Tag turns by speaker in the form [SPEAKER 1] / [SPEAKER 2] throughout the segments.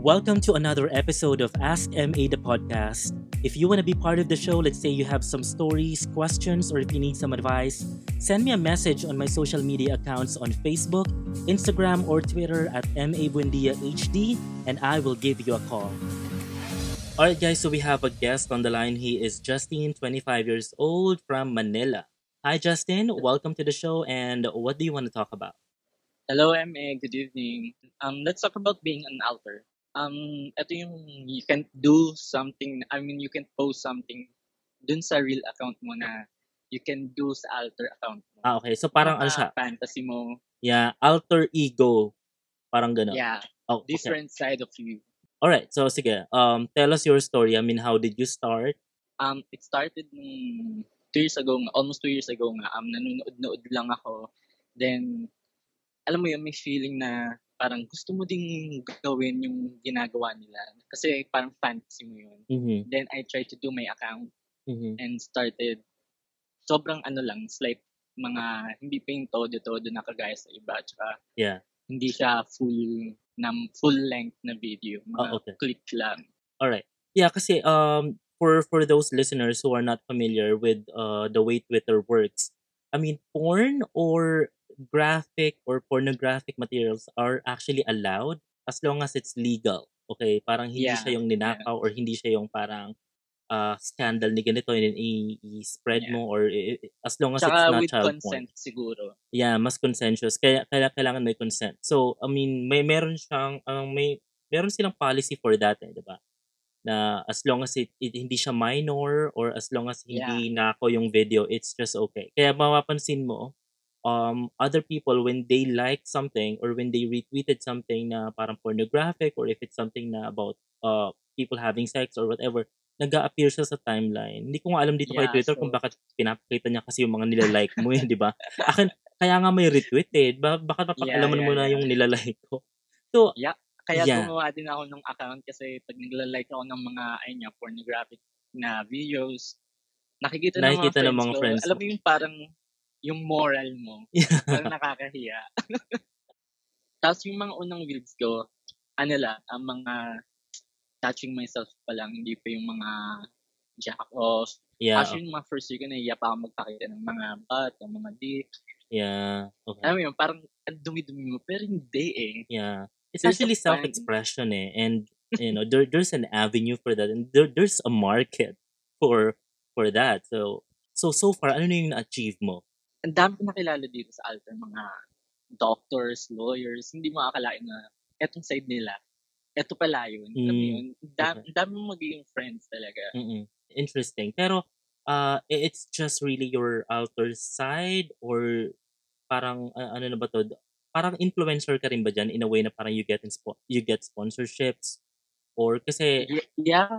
[SPEAKER 1] Welcome to another episode of Ask MA the podcast. If you want to be part of the show, let's say you have some stories, questions, or if you need some advice, send me a message on my social media accounts on Facebook, Instagram, or Twitter at MA Buendia HD, and I will give you a call. All right, guys, so we have a guest on the line. He is Justin, 25 years old from Manila. Hi, Justin. Welcome to the show. And what do you want to talk about?
[SPEAKER 2] Hello, MA. Good evening. Um, let's talk about being an alter. Um, ito yung you can do something, I mean, you can post something dun sa real account mo na you can do sa alter account mo.
[SPEAKER 1] Ah, okay. So parang ano
[SPEAKER 2] Mga
[SPEAKER 1] siya?
[SPEAKER 2] fantasy mo.
[SPEAKER 1] Yeah, alter ego. Parang gano'n.
[SPEAKER 2] Yeah,
[SPEAKER 1] Oh, okay.
[SPEAKER 2] different side of you.
[SPEAKER 1] All right. So sige, um tell us your story. I mean, how did you start?
[SPEAKER 2] Um, it started nung two years ago, nga- almost two years ago nga. Um, nanonood-nood lang ako. Then, alam mo yun, may feeling na parang gusto mo ding gawin yung ginagawa nila. Kasi parang fantasy mo yun.
[SPEAKER 1] Mhm.
[SPEAKER 2] Then I tried to do my account
[SPEAKER 1] Mhm.
[SPEAKER 2] and started sobrang ano lang, it's like mga hindi pa yung todo-todo na kagaya sa iba. Tsaka
[SPEAKER 1] Yeah.
[SPEAKER 2] hindi siya full na full length na video. Mga
[SPEAKER 1] Ah, okay.
[SPEAKER 2] click lang.
[SPEAKER 1] All right. Yeah, kasi um for for those listeners who are not familiar with uh the way Twitter works, I mean, porn or graphic or pornographic materials are actually allowed as long as it's legal. Okay, parang hindi
[SPEAKER 2] Yeah,
[SPEAKER 1] siya yung ninakaw or hindi siya yung parang uh, scandal ni ganito i- i- i-spread
[SPEAKER 2] Yeah.
[SPEAKER 1] mo or i- i- as long as it's
[SPEAKER 2] Tsaka
[SPEAKER 1] not
[SPEAKER 2] with
[SPEAKER 1] child porn.
[SPEAKER 2] consent siguro.
[SPEAKER 1] Yeah, mas consensuous. Kaya, kaya kailangan may consent. So, I mean, may meron siyang ang may meron silang policy for that, eh, 'di ba? Na as long as it, it- hindi siya minor or as long as
[SPEAKER 2] Yeah.
[SPEAKER 1] hindi nako yung video, it's just okay. Kaya mapapansin mo um other people when they like something or when they retweeted something na parang pornographic or if it's something na about uh people having sex or whatever, nag appear siya sa timeline. Hindi ko nga alam dito kay
[SPEAKER 2] Yeah,
[SPEAKER 1] Twitter kung
[SPEAKER 2] so
[SPEAKER 1] bakit pinapakita niya kasi yung mga nilalike mo, eh, 'di ba? Akin, kaya nga may retweeted. Ba, baka
[SPEAKER 2] yeah,
[SPEAKER 1] napakalaman
[SPEAKER 2] yeah,
[SPEAKER 1] mo na
[SPEAKER 2] yeah.
[SPEAKER 1] yung nilalike ko. So,
[SPEAKER 2] Yeah. Kaya
[SPEAKER 1] yeah.
[SPEAKER 2] gumawa din ako ng account kasi pag nagla-like ako ng mga ayun nga, pornographic na videos, nakikita ng mga
[SPEAKER 1] Nakikita ng
[SPEAKER 2] friends
[SPEAKER 1] mga
[SPEAKER 2] ko,
[SPEAKER 1] friends
[SPEAKER 2] alam
[SPEAKER 1] mo.
[SPEAKER 2] mo yung parang yung moral mo, parang nakakahiya. Tapos yung mga unang reels ko, ano lang, ang mga touching myself pa lang, hindi pa yung mga jack off.
[SPEAKER 1] yeah. oh,
[SPEAKER 2] Actually, yung mga first year ko, nahiya pa ako magpakita ng mga butt, ng mga dick.
[SPEAKER 1] oh, Yeah. Okay.
[SPEAKER 2] Alam mo yun, parang ang dumi-dumi mo, pero hindi eh.
[SPEAKER 1] Yeah. It's
[SPEAKER 2] There's a
[SPEAKER 1] actually
[SPEAKER 2] fun.
[SPEAKER 1] self-expression eh. And you know, there there's an avenue for that and there, there's a market for for that. So so so far ano na yung na-achieve mo?
[SPEAKER 2] Ang dami ko nakilala dito sa altar, mga doctors, lawyers, hindi mo akalain na etong side nila, eto pala yun. Alam mo
[SPEAKER 1] Mm.
[SPEAKER 2] yun, ang dam-
[SPEAKER 1] Okay.
[SPEAKER 2] ang dami mong magiging friends talaga.
[SPEAKER 1] Mm-mm. Interesting. Pero uh i- it's just really your outer side or parang a- ano na ba to? Parang influencer ka rin ba dyan in a way na parang you get in you get sponsorships or kasi
[SPEAKER 2] Ye- Yeah,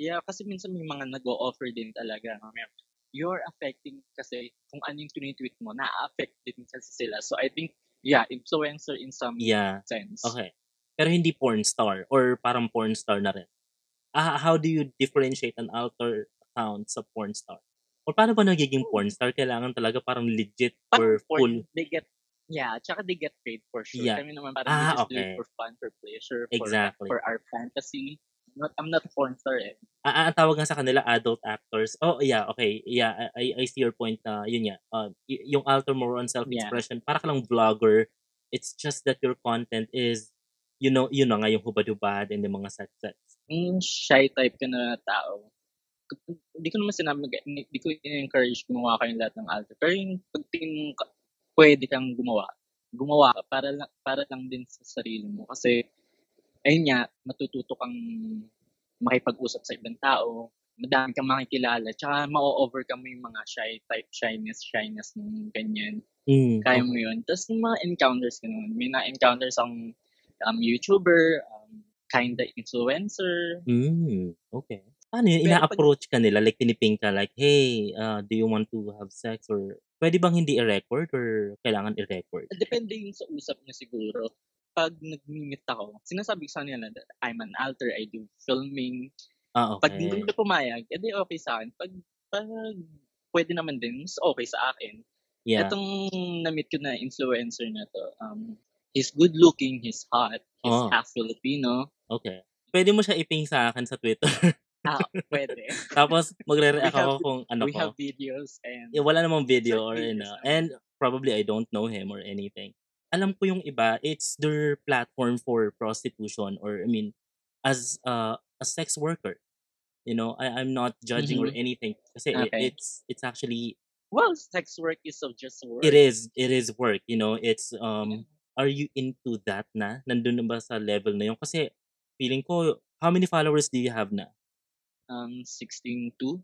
[SPEAKER 2] yeah, kasi minsan may mga nag-o-offer din talaga. Ma'am. You're affecting kasi kung ano yung tinitweet mo, na-affect din kasi sila. So I think, yeah, influencer in some
[SPEAKER 1] yeah.
[SPEAKER 2] sense.
[SPEAKER 1] Okay. Pero hindi porn star or parang porn star na rin. Ah, how do you differentiate an alter account sa porn star? Or paano ba nagiging porn
[SPEAKER 2] Hmm.
[SPEAKER 1] star? Kailangan talaga parang legit
[SPEAKER 2] Parang
[SPEAKER 1] or
[SPEAKER 2] porn,
[SPEAKER 1] full.
[SPEAKER 2] they get, yeah, tsaka they get paid for sure.
[SPEAKER 1] Yeah.
[SPEAKER 2] Kami naman parang we
[SPEAKER 1] Ah,
[SPEAKER 2] just do it
[SPEAKER 1] okay.
[SPEAKER 2] for fun, for pleasure, for
[SPEAKER 1] Exactly.
[SPEAKER 2] for our fantasy. Not, I'm not a porn star eh.
[SPEAKER 1] Ah, ah, ang tawag nga sa kanila adult actors. Oh, yeah, okay. Yeah, I, I I see your point na yun nga. Uh, y- yung alter more on
[SPEAKER 2] Yeah.
[SPEAKER 1] self-expression. Para ka lang vlogger. It's just that your content is, you know, yun na nga yung hubad-hubad and yung mga sex-sex.
[SPEAKER 2] Yung shy type ka na tao. Hindi ko naman sinabi, hindi ko encourage gumawa kayong lahat ng alter. Pero yung pagtingin ka, pwede kang gumawa. Gumawa ka para lang, para lang din sa sarili mo. Kasi, ayun nga, matututo kang makipag-usap sa ibang tao. Madami kang makikilala. Tsaka, ma-overcome mo yung mga shy type, shyness, shyness ng ganyan.
[SPEAKER 1] Mm,
[SPEAKER 2] Kaya mo
[SPEAKER 1] okay.
[SPEAKER 2] yun. Tapos, yung mga encounters ko naman. May na-encounters ang um, YouTuber, um, kinda influencer,
[SPEAKER 1] Mm, okay. Paano yun?
[SPEAKER 2] pero pag
[SPEAKER 1] Ina-approach ka nila? Like, piniping ka? Like, hey, uh, do you want to have sex? Or, pwede bang hindi i-record? Or, kailangan i-record?
[SPEAKER 2] depende yun sa usap niya siguro. Pag nag-meet ako, sinasabi ko sa nila that I'm an alter, I do filming.
[SPEAKER 1] Ah,
[SPEAKER 2] Pag hindi
[SPEAKER 1] okay.
[SPEAKER 2] nila pumayag, edi okay sa akin. Pag, pag pwede naman din, mas okay sa akin.
[SPEAKER 1] Yeah.
[SPEAKER 2] Etong na-meet ko na influencer na to, um, he's good looking, he's hot, is
[SPEAKER 1] Oh.
[SPEAKER 2] half Filipino.
[SPEAKER 1] Okay. Pwede mo siya iping sa akin sa Twitter.
[SPEAKER 2] Ah, pwede.
[SPEAKER 1] Tapos magre-react
[SPEAKER 2] We
[SPEAKER 1] ako
[SPEAKER 2] have-
[SPEAKER 1] kung ano
[SPEAKER 2] We
[SPEAKER 1] ko.
[SPEAKER 2] have videos and
[SPEAKER 1] Eh, wala namang video or
[SPEAKER 2] videos
[SPEAKER 1] ano.
[SPEAKER 2] naman.
[SPEAKER 1] And probably I don't know him or anything. Alam ko yung iba, it's their platform for prostitution or I mean, as uh, a sex worker. You know, I, I'm not judging or anything. Kasi i-
[SPEAKER 2] Mm-hmm. Okay.
[SPEAKER 1] it's it's actually
[SPEAKER 2] well, sex work is of just work.
[SPEAKER 1] it is it is work. You know, it's um are you into that na? Nandun na ba sa level na yun? Kasi feeling ko, how many followers do you have na?
[SPEAKER 2] Um, 16,200.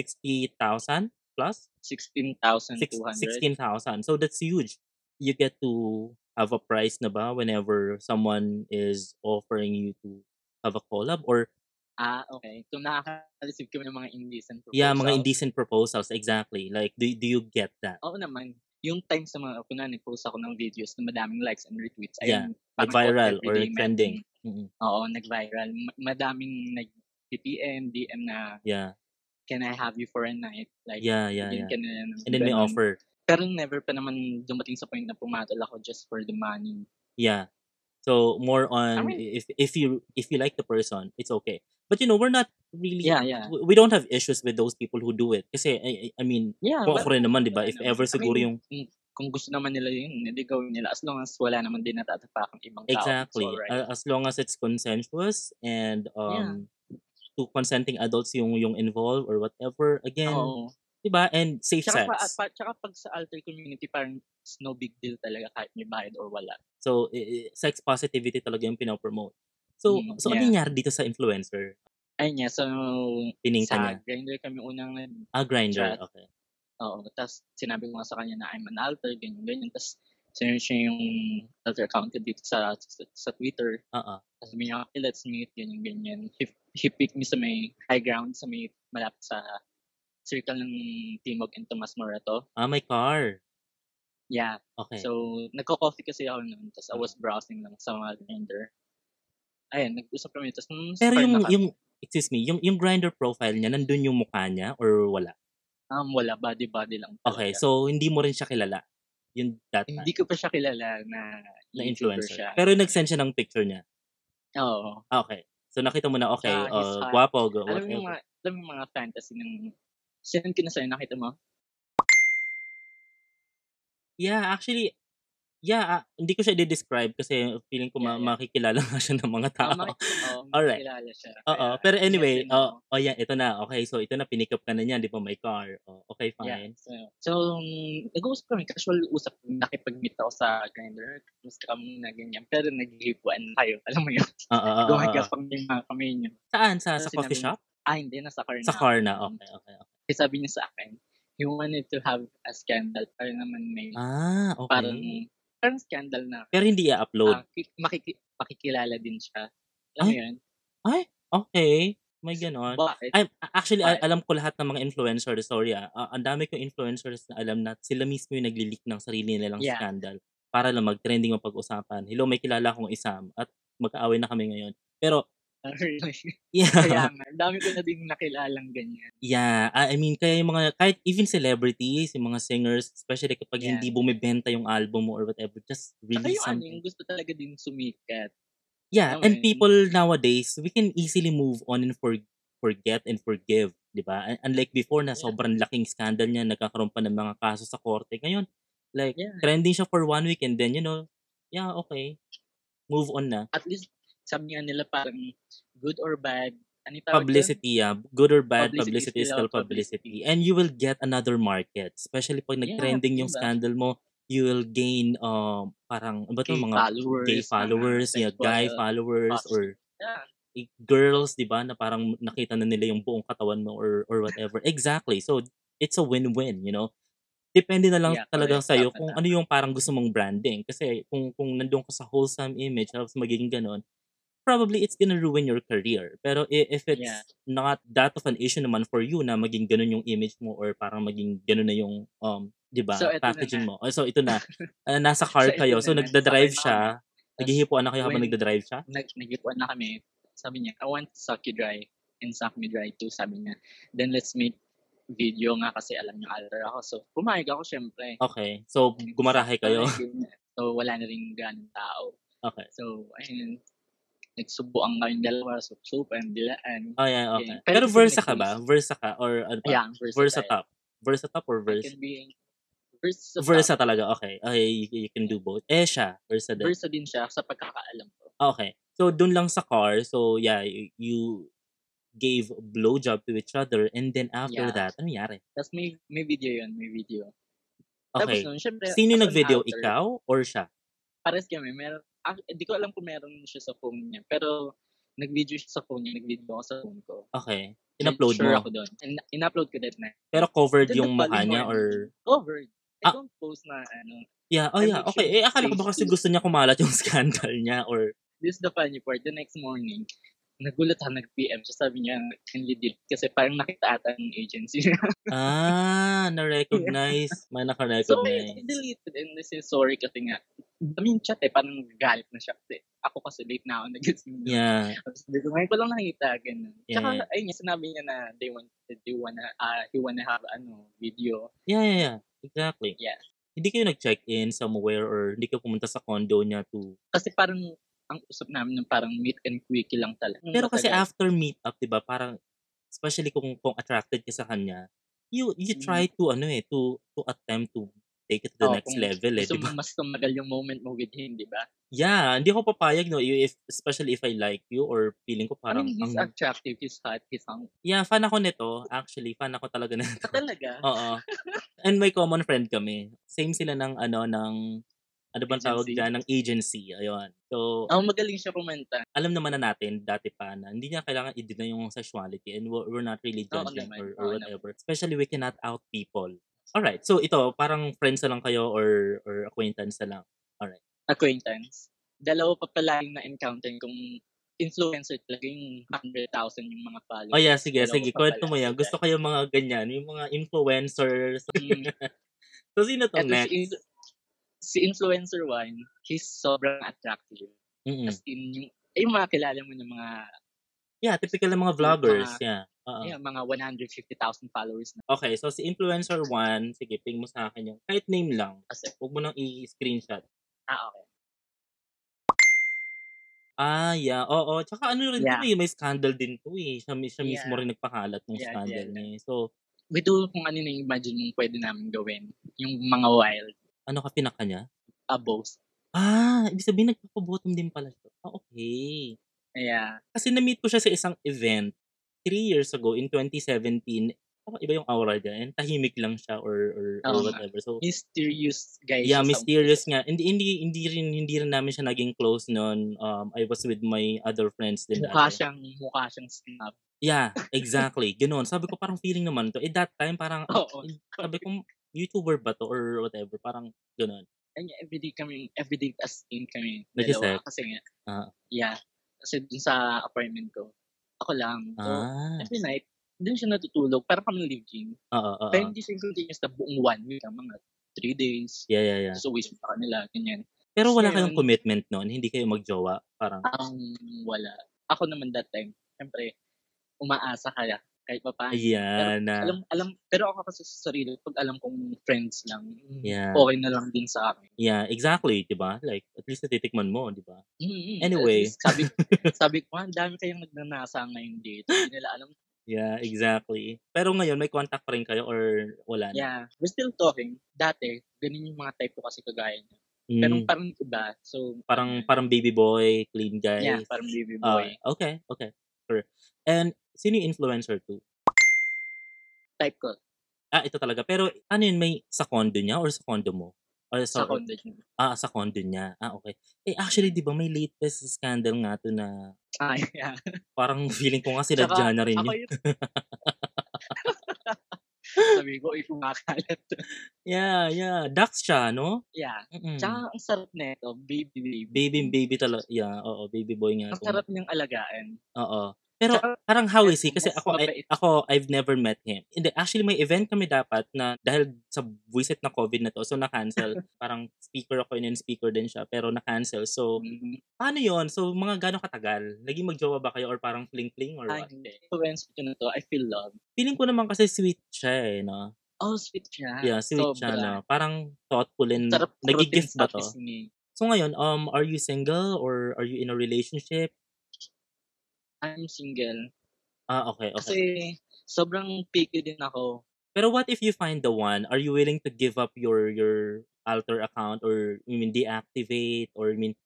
[SPEAKER 1] 60,000 plus?
[SPEAKER 2] 16,200.
[SPEAKER 1] 16,000. So that's huge. You get to have a price na ba whenever someone is offering you to have a collab or
[SPEAKER 2] Ah, okay. So, nakaka-receive kami ng mga indecent proposals.
[SPEAKER 1] yeah, mga indecent proposals exactly. Like do, do you get that?
[SPEAKER 2] Oo naman. Yung time sa mga, kung na, nag-post ako ng videos na madaming likes and retweets.
[SPEAKER 1] Yeah.
[SPEAKER 2] Ayun,
[SPEAKER 1] Like
[SPEAKER 2] parang
[SPEAKER 1] viral or
[SPEAKER 2] everyday meron.
[SPEAKER 1] trending. Mm-hmm. Mm-mm.
[SPEAKER 2] Oo, nag-viral. Ma- madaming nag-PPM, DM na,
[SPEAKER 1] Yeah.
[SPEAKER 2] can I have you for a night? Like,
[SPEAKER 1] Yeah, yeah, yeah.
[SPEAKER 2] yun ka na yan.
[SPEAKER 1] And then may
[SPEAKER 2] Ganun.
[SPEAKER 1] offer.
[SPEAKER 2] Pero never pa naman dumating sa point na pumatol ako just for the money.
[SPEAKER 1] Yeah. So more on
[SPEAKER 2] mean-
[SPEAKER 1] if if you if you like the person, it's okay. But you know, we're not really
[SPEAKER 2] Yeah, yeah.
[SPEAKER 1] we- we don't have issues with those people who do it. Kasi I, I- I mean,
[SPEAKER 2] Yeah,
[SPEAKER 1] kung ako rin naman, 'di ba?
[SPEAKER 2] Ah, wala
[SPEAKER 1] If
[SPEAKER 2] naman.
[SPEAKER 1] ever
[SPEAKER 2] I
[SPEAKER 1] siguro
[SPEAKER 2] mean,
[SPEAKER 1] yung
[SPEAKER 2] kung gusto naman nila yun, hindi gawin nila as long as wala naman din natatapakang ibang tao.
[SPEAKER 1] Exactly.
[SPEAKER 2] It's alright.
[SPEAKER 1] A- As long as it's consensuous and
[SPEAKER 2] Yeah.
[SPEAKER 1] um to consenting adults yung yung involved or whatever. Again,
[SPEAKER 2] Oo.
[SPEAKER 1] 'di ba? And safe
[SPEAKER 2] Tsaka,
[SPEAKER 1] sex.
[SPEAKER 2] pa, pa- tsaka pag sa alter community, parang it's no big deal talaga kahit may bayad or wala.
[SPEAKER 1] so i- i- sex positivity talaga yung pinopromote. So
[SPEAKER 2] Mm,
[SPEAKER 1] so ano
[SPEAKER 2] yeah.
[SPEAKER 1] nangyari dito sa influencer?
[SPEAKER 2] Ayun niya, so,
[SPEAKER 1] Pining
[SPEAKER 2] sa
[SPEAKER 1] kanya.
[SPEAKER 2] grinder kami unang nag-
[SPEAKER 1] Ah, grinder.
[SPEAKER 2] chat.
[SPEAKER 1] Okay.
[SPEAKER 2] Oo, tapos sinabi ko nga sa kanya na I'm an alter, ganyan, ganyan. Tapos sinurge niya yung alter account ko dito sa, sa, sa Twitter.
[SPEAKER 1] Ah, ah.
[SPEAKER 2] Tapos sabi niya, okay, let's meet, ganyan, ganyan. He, he picked me sa may high ground, sa may malapit sa circle ng Timog and Tomas Morato.
[SPEAKER 1] Ah, my car.
[SPEAKER 2] Yeah,
[SPEAKER 1] Okay.
[SPEAKER 2] So, nagko-coffee kasi ako noon. Tapos, I was browsing lang sa mga grinder. Ayun, nag-usap kami. Tapos, nung
[SPEAKER 1] Pero
[SPEAKER 2] super
[SPEAKER 1] yung
[SPEAKER 2] naka-
[SPEAKER 1] yung excuse me, yung yung grinder profile niya nandun yung mukha niya or wala?
[SPEAKER 2] um, wala, body-body lang.
[SPEAKER 1] Okay.
[SPEAKER 2] talaga.
[SPEAKER 1] So hindi mo rin siya kilala. Yung that time,
[SPEAKER 2] Hindi ko pa siya kilala na,
[SPEAKER 1] na
[SPEAKER 2] YouTuber
[SPEAKER 1] influencer.
[SPEAKER 2] Siya.
[SPEAKER 1] Pero nag-send siya ng picture niya.
[SPEAKER 2] Oo.
[SPEAKER 1] Ah, Okay. So nakita mo na, okay,
[SPEAKER 2] Ah, he's
[SPEAKER 1] uh,
[SPEAKER 2] hot.
[SPEAKER 1] guwapo, gu-
[SPEAKER 2] Alam mo yung
[SPEAKER 1] whatever.
[SPEAKER 2] mga, alam mo yung mga fantasy ng, sinang kinasaya, nakita mo?
[SPEAKER 1] Yeah, actually, yeah, ah, hindi ko siya i-describe kasi feeling ko ma-
[SPEAKER 2] Yeah, yeah.
[SPEAKER 1] makikilala nga siya ng mga tao.
[SPEAKER 2] Ah, maki- Oo,
[SPEAKER 1] Alright.
[SPEAKER 2] kilala siya.
[SPEAKER 1] Oo,
[SPEAKER 2] Kaya,
[SPEAKER 1] pero anyway,
[SPEAKER 2] yes and
[SPEAKER 1] oh,
[SPEAKER 2] no.
[SPEAKER 1] oh yeah, ito na. Okay, so ito na, pinick up ka na niyan, di ba, may car. Oh, okay,
[SPEAKER 2] Yeah,
[SPEAKER 1] fine.
[SPEAKER 2] so, so um, nag-uusap kami, casual usap, nakipag-meet ako sa grinder, kamusta ka muna, ganyan, pero nag-hipuan tayo, alam mo yun,
[SPEAKER 1] Oo, oo, oo, oo.
[SPEAKER 2] gumagapang yung mga kamay niya.
[SPEAKER 1] Saan? Sa, sa
[SPEAKER 2] Tapos
[SPEAKER 1] coffee
[SPEAKER 2] Ano sinabi
[SPEAKER 1] shop?
[SPEAKER 2] Ah, hindi, nasa car na.
[SPEAKER 1] Sa car na, oh.
[SPEAKER 2] Mm.
[SPEAKER 1] okay, okay. okay.
[SPEAKER 2] Kasi sabi niya sa akin, he wanted to have a scandal para naman may,
[SPEAKER 1] Ah, okay.
[SPEAKER 2] parang, parang scandal na
[SPEAKER 1] pero hindi i-upload.
[SPEAKER 2] ah, ki- makiki- makikilala din siya. Alam mo
[SPEAKER 1] Ay,
[SPEAKER 2] yun?
[SPEAKER 1] okay, may ganon.
[SPEAKER 2] Bakit?
[SPEAKER 1] I'm, a- actually, al-
[SPEAKER 2] Bakit?
[SPEAKER 1] alam ko lahat ng mga influencers. Sorry ah. Ah, ang dami kong influencers na alam na sila mismo yung nagli-leak ng sarili nilang
[SPEAKER 2] Yeah.
[SPEAKER 1] scandal para lang mag-trending ang pag-usapan. Hello, may kilala akong isam at magkaaway na kami ngayon. Pero,
[SPEAKER 2] Really?
[SPEAKER 1] yeah.
[SPEAKER 2] Kaya nga, dami ko na din nakilalang ganyan.
[SPEAKER 1] yeah. Ah, I mean, kaya yung mga, kahit even celebrities, yung mga singers, especially kapag
[SPEAKER 2] Yeah.
[SPEAKER 1] hindi bumibenta yung album mo or whatever, just
[SPEAKER 2] Saka
[SPEAKER 1] release
[SPEAKER 2] yung ano,
[SPEAKER 1] something.
[SPEAKER 2] yung gusto talaga din sumikat.
[SPEAKER 1] Yeah,
[SPEAKER 2] Tama
[SPEAKER 1] and
[SPEAKER 2] yun.
[SPEAKER 1] people nowadays, we can easily move on and for, forget and forgive, 'di ba? Un- Unlike before na
[SPEAKER 2] Yeah.
[SPEAKER 1] sobrang laking scandal niya, nagkakaroon pa ng mga kaso sa korte. Ngayon, like
[SPEAKER 2] Yeah.
[SPEAKER 1] trending siya for one week and then you know, yeah, okay. Move on na.
[SPEAKER 2] At least, sabi nga nila parang good or bad. Ano yung tawag doon?
[SPEAKER 1] Publicity, yeah. Good or bad,
[SPEAKER 2] Publicity is
[SPEAKER 1] publicity, is
[SPEAKER 2] still
[SPEAKER 1] still publicity. And you will get another market. Especially pag
[SPEAKER 2] Yeah,
[SPEAKER 1] nag-trending yung
[SPEAKER 2] diba?
[SPEAKER 1] scandal mo, you will gain um parang ano ba to,
[SPEAKER 2] Gay
[SPEAKER 1] mga
[SPEAKER 2] followers.
[SPEAKER 1] gay
[SPEAKER 2] mga
[SPEAKER 1] followers, yeah, guy
[SPEAKER 2] sexual-
[SPEAKER 1] followers
[SPEAKER 2] posture.
[SPEAKER 1] or
[SPEAKER 2] Yeah.
[SPEAKER 1] i- girls, 'di ba, na parang nakita na nila yung buong katawan mo or or whatever. Exactly. So it's a win-win, you know. Depende na lang
[SPEAKER 2] Yeah,
[SPEAKER 1] talaga
[SPEAKER 2] correct.
[SPEAKER 1] sa iyo
[SPEAKER 2] Tama,
[SPEAKER 1] kung
[SPEAKER 2] tama.
[SPEAKER 1] ano yung parang gusto mong branding kasi kung kung nandoon ka sa wholesome image tapos magiging ganun, probably it's gonna ruin your career. Pero i- if it's
[SPEAKER 2] Yeah.
[SPEAKER 1] not that of an issue naman for you na maging ganun yung image mo or parang maging ganun na yung um 'di ba,
[SPEAKER 2] So, eto na
[SPEAKER 1] packaging
[SPEAKER 2] na.
[SPEAKER 1] mo. Oh, So ito na. Ah, nasa car
[SPEAKER 2] So, ito
[SPEAKER 1] kayo.
[SPEAKER 2] na
[SPEAKER 1] So
[SPEAKER 2] na.
[SPEAKER 1] nagda-drive
[SPEAKER 2] Sakay na
[SPEAKER 1] siya. Naghihipuan na kayo habang
[SPEAKER 2] when-
[SPEAKER 1] nagda-drive siya?
[SPEAKER 2] nag nagipuan na kami. Sabi niya, I want to suck you dry and suck me dry too, sabi niya. Then let's make video nga kasi alam niya alter ako. So, pumayag ako syempre.
[SPEAKER 1] Okay. So gumarahe kayo.
[SPEAKER 2] So, wala na rin ganun tao.
[SPEAKER 1] Okay.
[SPEAKER 2] So, ayun. Nagsubuan kayong dalawa. So, soup and dilaan.
[SPEAKER 1] Oh, yeah, okay.
[SPEAKER 2] Yeah.
[SPEAKER 1] Pero
[SPEAKER 2] Pero
[SPEAKER 1] versa
[SPEAKER 2] kasi
[SPEAKER 1] ka ba? Versa ka? Or ano pa?
[SPEAKER 2] Ayan,
[SPEAKER 1] Versa
[SPEAKER 2] versatile.
[SPEAKER 1] top. Versa top or versa?
[SPEAKER 2] It can be versa,
[SPEAKER 1] Versa talaga, okay. Okay, you, you can do both. Eh, siya. Versa din.
[SPEAKER 2] versa din siya sa pagkakaalam ko.
[SPEAKER 1] Okay. So, dun lang sa car. So, yeah, y- you gave blowjob to each other and then after
[SPEAKER 2] Yeah.
[SPEAKER 1] that, ano nangyari?
[SPEAKER 2] Tapos may, may video yun, may video. Tapos
[SPEAKER 1] Okay.
[SPEAKER 2] nun, syempre,
[SPEAKER 1] Sino
[SPEAKER 2] as an
[SPEAKER 1] nag-video?
[SPEAKER 2] outer,
[SPEAKER 1] Ikaw or siya?
[SPEAKER 2] Pares kami. Meron, ah, di ko alam kung meron siya sa phone niya. Pero, nag-video siya sa phone niya. Nag-video ako sa phone ko.
[SPEAKER 1] Okay. In-upload
[SPEAKER 2] sure
[SPEAKER 1] mo.
[SPEAKER 2] ako doon. In- in-upload ko that night.
[SPEAKER 1] Pero covered
[SPEAKER 2] Then
[SPEAKER 1] yung mukha
[SPEAKER 2] nagpaling
[SPEAKER 1] niya or...
[SPEAKER 2] morning. Covered. I
[SPEAKER 1] Ah.
[SPEAKER 2] don't post na ano.
[SPEAKER 1] Yeah, oh
[SPEAKER 2] I
[SPEAKER 1] yeah,
[SPEAKER 2] make
[SPEAKER 1] okay.
[SPEAKER 2] sure
[SPEAKER 1] Eh, akala ko
[SPEAKER 2] it's
[SPEAKER 1] ba kasi
[SPEAKER 2] safe.
[SPEAKER 1] gusto niya kumalat yung scandal niya or...
[SPEAKER 2] This is the funny part. The next morning, nagulat ako nag-PM. So sabi niya, kindly delete. Kasi parang nakita ata ng agency.
[SPEAKER 1] Ah, na-recognize. May
[SPEAKER 2] so,
[SPEAKER 1] naka-recognize.
[SPEAKER 2] I deleted. And this is sorry kasi nga. Daming chat eh. Parang galit na siya. Kasi ako kasi late na ako nagising.
[SPEAKER 1] Yeah.
[SPEAKER 2] Tapos dito, ngayon ko lang nakita, ganun. Tsaka,
[SPEAKER 1] Yeah.
[SPEAKER 2] ayun, niya, sinabi niya na they want, they wanna, ah, he wanna have, ano, video.
[SPEAKER 1] Yeah, yeah, yeah. Exactly.
[SPEAKER 2] Yeah.
[SPEAKER 1] Hindi kayo nag-check-in somewhere or hindi kayo pumunta sa condo niya to...
[SPEAKER 2] Kasi parang, ang usap namin ng parang meet and quickie lang talaga.
[SPEAKER 1] Pero kasi
[SPEAKER 2] Matagal.
[SPEAKER 1] after meet-up, di ba, parang, especially kung, kung attracted ka sa kanya, you you
[SPEAKER 2] Mm-hmm.
[SPEAKER 1] try to, ano eh, to, to attempt to take it to the
[SPEAKER 2] Oo,
[SPEAKER 1] next
[SPEAKER 2] Oh, kung
[SPEAKER 1] level eh,
[SPEAKER 2] gusto
[SPEAKER 1] di ba?
[SPEAKER 2] mo mas tumagal yung moment mo with him, di ba?
[SPEAKER 1] Yeah, hindi ko papayag, no, you- if, especially if I like you or feeling ko
[SPEAKER 2] I
[SPEAKER 1] parang,
[SPEAKER 2] mean, he's
[SPEAKER 1] ang,
[SPEAKER 2] attractive, he's hot, he's hung.
[SPEAKER 1] yeah, fan ako nito, actually, fan ako talaga nito.
[SPEAKER 2] Ah, Talaga.
[SPEAKER 1] Oo. And may common friend kami. Same sila ng, ano, ng, ano bang tawag
[SPEAKER 2] Agency.
[SPEAKER 1] dyan, ng agency, ayun. So,
[SPEAKER 2] Oh, magaling siya kumanta.
[SPEAKER 1] alam naman na natin dati pa na hindi niya kailangan i-deny yung sexuality and we're, we're not really
[SPEAKER 2] Oo
[SPEAKER 1] judging
[SPEAKER 2] naman,
[SPEAKER 1] or,
[SPEAKER 2] oo
[SPEAKER 1] or whatever. Especially we cannot out people. Alright, so ito, parang friends na lang kayo or, or acquaintance na lang.
[SPEAKER 2] Acquaintance. Dalawa pa pala yung na-encounter kung influencer talaga yung 100,000 yung mga followers.
[SPEAKER 1] Oh yeah, sige,
[SPEAKER 2] Dalawa
[SPEAKER 1] sige.
[SPEAKER 2] pa
[SPEAKER 1] Kwento
[SPEAKER 2] pala.
[SPEAKER 1] mo yan. Gusto kayo mga ganyan, yung mga influencers.
[SPEAKER 2] Mm.
[SPEAKER 1] So sino to
[SPEAKER 2] Eto, si,
[SPEAKER 1] next?
[SPEAKER 2] in- si Influencer Wine, he's sobrang attractive.
[SPEAKER 1] Mm-mm.
[SPEAKER 2] As in, yung, eh, yung mga kilala mo ng mga,
[SPEAKER 1] Yeah, typical ng mga vloggers. Yeah. Oo.
[SPEAKER 2] yung mga 150,000 followers na.
[SPEAKER 1] Okay, so si influencer 1, sige, ping mo sa akin yung kahit name lang.
[SPEAKER 2] Kasi,
[SPEAKER 1] Huwag mo nang i-screenshot.
[SPEAKER 2] ah, okay.
[SPEAKER 1] Ah, yeah. Oo. Tsaka ano rin
[SPEAKER 2] Yeah.
[SPEAKER 1] to eh, may scandal din to eh. Siya, mi- siya
[SPEAKER 2] Yeah.
[SPEAKER 1] mismo rin nagpakalat ng
[SPEAKER 2] Yeah,
[SPEAKER 1] scandal
[SPEAKER 2] yeah.
[SPEAKER 1] niya. eh. So,
[SPEAKER 2] We do kung ano na imagine mong pwede namin gawin. Yung mga wild,
[SPEAKER 1] ano ka pinaka niya?
[SPEAKER 2] abos.
[SPEAKER 1] Ah, ibig sabihin nagpapabotom din pala siya. Ah, okay.
[SPEAKER 2] Yeah.
[SPEAKER 1] Kasi na-meet ko siya sa isang event three years ago in 2017. Parang iba yung aura niya. And tahimik lang siya or, or, or
[SPEAKER 2] Oo nga.
[SPEAKER 1] whatever. So,
[SPEAKER 2] Mysterious guy.
[SPEAKER 1] yeah,
[SPEAKER 2] siya sa-
[SPEAKER 1] mysterious nga. Hindi, hindi, hindi, rin, hindi rin namin siya naging close noon. Um, I was with my other friends din.
[SPEAKER 2] Mukha
[SPEAKER 1] dati.
[SPEAKER 2] siyang, mukha siyang snap.
[SPEAKER 1] Yeah, exactly. Ganun. Sabi ko parang feeling naman to. Eh, that time parang
[SPEAKER 2] Oo.
[SPEAKER 1] sabi ko, YouTuber ba to or whatever? Parang ganun.
[SPEAKER 2] And yeah, everyday kami, everyday as in kami.
[SPEAKER 1] Nag-isip?
[SPEAKER 2] Dalawa, kasi nga.
[SPEAKER 1] Ah.
[SPEAKER 2] Yeah. Kasi dun sa apartment ko, ako lang. So,
[SPEAKER 1] Ah,
[SPEAKER 2] every night, doon siya natutulog. Parang kami live-in.
[SPEAKER 1] oo, oo.
[SPEAKER 2] Pero hindi siya continuous na buong one week. ah, Mga three days.
[SPEAKER 1] Yeah, yeah, yeah.
[SPEAKER 2] So, wish pa kanila. Ganyan.
[SPEAKER 1] Pero wala
[SPEAKER 2] yun.
[SPEAKER 1] kayong commitment noon. Hindi kayo magjowa. Parang,
[SPEAKER 2] Ang wala. Ako naman that time, syempre, umaasa kaya. Kahit pa paano.
[SPEAKER 1] ayan ah, na.
[SPEAKER 2] Alam, alam, pero ako kasi sa sarili, pag alam kong friends lang, mm,
[SPEAKER 1] Yeah.
[SPEAKER 2] okay na lang din sa akin.
[SPEAKER 1] Yeah, exactly, 'di ba? Like at least natitikman mo, 'di ba?
[SPEAKER 2] Mm, mm,
[SPEAKER 1] Anyway.
[SPEAKER 2] at least sabi, sabi ko, "Ah, ang dami kayong nagnanasa ngayon dito. Hindi nila alam.
[SPEAKER 1] Yeah, exactly. Pero ngayon may contact pa rin kayo or wala na?
[SPEAKER 2] Yeah. We're still talking. Dati, ganun yung mga type ko kasi kagaya niya.
[SPEAKER 1] Mm,
[SPEAKER 2] Pero parang iba. So,
[SPEAKER 1] parang parang baby boy, clean guy.
[SPEAKER 2] yeah, parang baby
[SPEAKER 1] Ah,
[SPEAKER 2] boy.
[SPEAKER 1] okay, okay. Sure. And sino yung influencer to?
[SPEAKER 2] type ko.
[SPEAKER 1] Ah, ito talaga. Pero ano yun, may sa condo niya or sa condo mo? Or sa,
[SPEAKER 2] Sa condo niya.
[SPEAKER 1] Ah, sa condo niya. Ah, okay. Eh, actually, di ba may latest scandal nga to na
[SPEAKER 2] Ah, yeah.
[SPEAKER 1] parang feeling ko nga sila
[SPEAKER 2] Tsaka,
[SPEAKER 1] dyan na rin
[SPEAKER 2] Ako
[SPEAKER 1] yun.
[SPEAKER 2] yung... Sabi ko, ay kumakalat.
[SPEAKER 1] Yeah, yeah. Dax siya, no?
[SPEAKER 2] Yeah.
[SPEAKER 1] Mm-mm.
[SPEAKER 2] Tsaka ang sarap nito, baby baby.
[SPEAKER 1] Baby, baby talaga. Yeah, oo, baby boy nga.
[SPEAKER 2] Ang
[SPEAKER 1] kung-
[SPEAKER 2] sarap niyang alagaan.
[SPEAKER 1] Oo. Pero
[SPEAKER 2] Tsaka,
[SPEAKER 1] parang how is he?
[SPEAKER 2] eto,
[SPEAKER 1] Kasi
[SPEAKER 2] mas
[SPEAKER 1] ako, I-
[SPEAKER 2] mabait.
[SPEAKER 1] ako, I've never met him. Hindi, actually, may event kami dapat na dahil sa visit na COVID na to, so na-cancel. parang speaker ako yun and speaker din siya, pero na-cancel. So,
[SPEAKER 2] mm,
[SPEAKER 1] paano yon So, mga gano'ng katagal? Naging magjowa ba kayo or parang fling-fling or
[SPEAKER 2] ah,
[SPEAKER 1] what?
[SPEAKER 2] hindi. Influence ko na to, I feel love.
[SPEAKER 1] Feeling ko naman kasi sweet siya eh, no?
[SPEAKER 2] Oh, sweet siya.
[SPEAKER 1] Yeah, sweet siya
[SPEAKER 2] Sobra.
[SPEAKER 1] na. Parang thoughtful and
[SPEAKER 2] Sarap
[SPEAKER 1] nagigift
[SPEAKER 2] nagigift
[SPEAKER 1] ba to?
[SPEAKER 2] Ni,
[SPEAKER 1] So ngayon, um, are you single or are you in a relationship?
[SPEAKER 2] I'm single.
[SPEAKER 1] Ah, okay, okay.
[SPEAKER 2] Kasi sobrang picky din ako.
[SPEAKER 1] Pero what if you find the one? Are you willing to give up your your alter account or I mean deactivate or I mean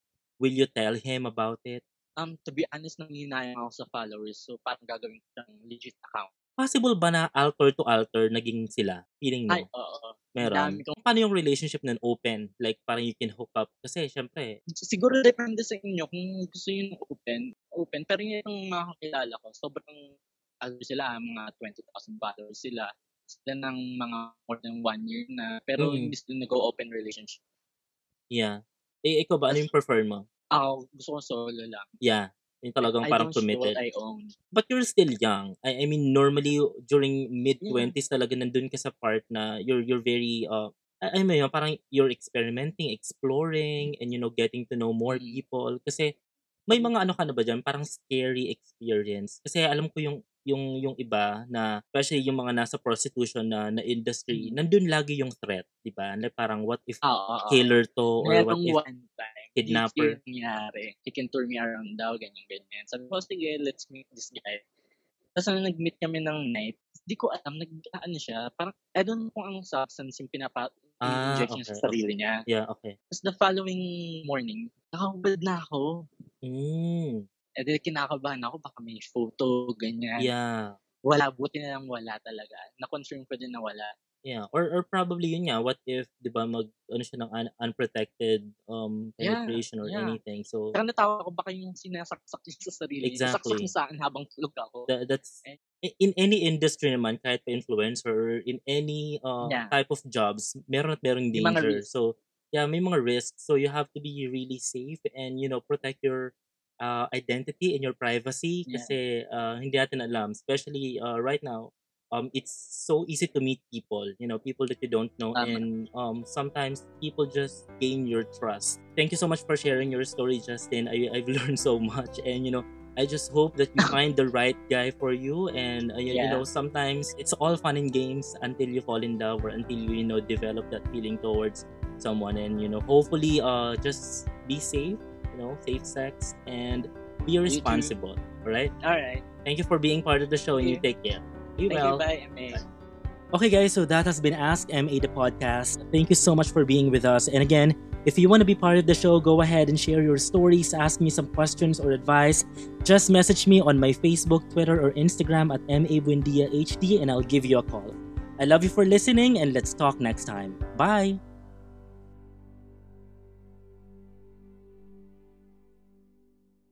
[SPEAKER 1] will you tell him about it?
[SPEAKER 2] Um, to be honest, nanginayang ako sa followers. So, parang gagawin ko siyang legit account.
[SPEAKER 1] Possible ba na alter to alter naging sila? Feeling mo?
[SPEAKER 2] Ay, oo.
[SPEAKER 1] Ano? meron.
[SPEAKER 2] dami kong-
[SPEAKER 1] Paano yung relationship nun open? Like parang you can hook up kasi syempre
[SPEAKER 2] Siguro depende sa inyo kung gusto nyo ng open. Open. Pero yun yung mga kakilala ko. Sobrang, ano sila, mga 20,000 followers sila. Sila ng mga more than one year na. Pero
[SPEAKER 1] Mm.
[SPEAKER 2] hindi sila nag-open relationship.
[SPEAKER 1] yeah. Eh ikaw ba ano yung prefer mo?
[SPEAKER 2] Ako, gusto ko solo lang.
[SPEAKER 1] Yeah. Yung talagang parang
[SPEAKER 2] I don't share
[SPEAKER 1] committed.
[SPEAKER 2] what I own.
[SPEAKER 1] but you're still young. I, I mean, normally during
[SPEAKER 2] Mm.
[SPEAKER 1] mid twenties talaga nandun ka sa part na you're you're very uh I, I mean, parang you're experimenting, exploring, and you know, getting to know more
[SPEAKER 2] Mm.
[SPEAKER 1] people. Kasi may mga ano ka na ba dyan? Parang scary experience. Kasi alam ko yung yung yung iba na especially yung mga nasa prostitution na, na industry,
[SPEAKER 2] Mm.
[SPEAKER 1] nandun lagi yung threat, di ba? Na Parang what if
[SPEAKER 2] Oo, oo.
[SPEAKER 1] killer to or what
[SPEAKER 2] Merong
[SPEAKER 1] if
[SPEAKER 2] one time,
[SPEAKER 1] kidnapper?
[SPEAKER 2] Hindi nangyari. He can tour me around daw, ganyan, ganyan. Sabi ko, "Oh, sige, let's meet this guy. Tapos nung nag-meet kami ng night, di ko alam, nag ano siya, parang, I don't know kung ang substance yung pinapa,
[SPEAKER 1] Ah,
[SPEAKER 2] inject niya
[SPEAKER 1] okay.
[SPEAKER 2] sa sarili niya.
[SPEAKER 1] Yeah, okay.
[SPEAKER 2] Tapos the following morning, nakahubad na ako.
[SPEAKER 1] Mm,
[SPEAKER 2] Eh, di kinakabahan ako, baka may photo, ganyan.
[SPEAKER 1] yeah.
[SPEAKER 2] Wala, buti na lang wala talaga. Na-confirm ko din na wala.
[SPEAKER 1] Yeah, or or probably yun nga, what if, 'di ba, mag ano siya ng un- unprotected um
[SPEAKER 2] Yeah,
[SPEAKER 1] penetration or
[SPEAKER 2] yeah.
[SPEAKER 1] anything. So
[SPEAKER 2] Saka natawa ko, baka yung sinasaksak niya sa sarili. niya.
[SPEAKER 1] Exactly.
[SPEAKER 2] Saksak niya sa akin habang tulog ako.
[SPEAKER 1] tha- that's
[SPEAKER 2] Eh.
[SPEAKER 1] i- in any industry naman, kahit pa influencer or in any uh,
[SPEAKER 2] Yeah.
[SPEAKER 1] type of jobs, meron at merong
[SPEAKER 2] May mga
[SPEAKER 1] danger.
[SPEAKER 2] risk.
[SPEAKER 1] So yeah, may mga risks. So you have to be really safe and you know, protect your uh, identity and your privacy
[SPEAKER 2] Yeah.
[SPEAKER 1] kasi uh, hindi natin alam, especially uh, right now. Um, it's so easy to meet people, you know, people that you don't know,
[SPEAKER 2] Tama.
[SPEAKER 1] and um, sometimes people just gain your trust. Thank you so much for sharing your story, Justin. I, I've learned so much, and you know, I just hope that you find the right guy for you. And uh, you, you
[SPEAKER 2] Yeah.
[SPEAKER 1] know, sometimes it's all fun and games until you fall in love or until you, you know, develop that feeling towards someone. And you know, hopefully, uh, just be safe. You know, safe sex and be
[SPEAKER 2] too.
[SPEAKER 1] responsible. All right.
[SPEAKER 2] Alright.
[SPEAKER 1] Thank you for being part of the show, and you
[SPEAKER 2] Yeah.
[SPEAKER 1] take care. Be
[SPEAKER 2] Thank
[SPEAKER 1] well.
[SPEAKER 2] you, bye, MA.
[SPEAKER 1] Okay, guys, so that has been Ask MA the podcast. Thank you so much for being with us. And again, if you want to be part of the show, go ahead and share your stories, ask me some questions or advice. Just message me on my Facebook, Twitter, or Instagram at MA Buendia HD, and I'll give you a call. I love you for listening, and let's talk next time. Bye.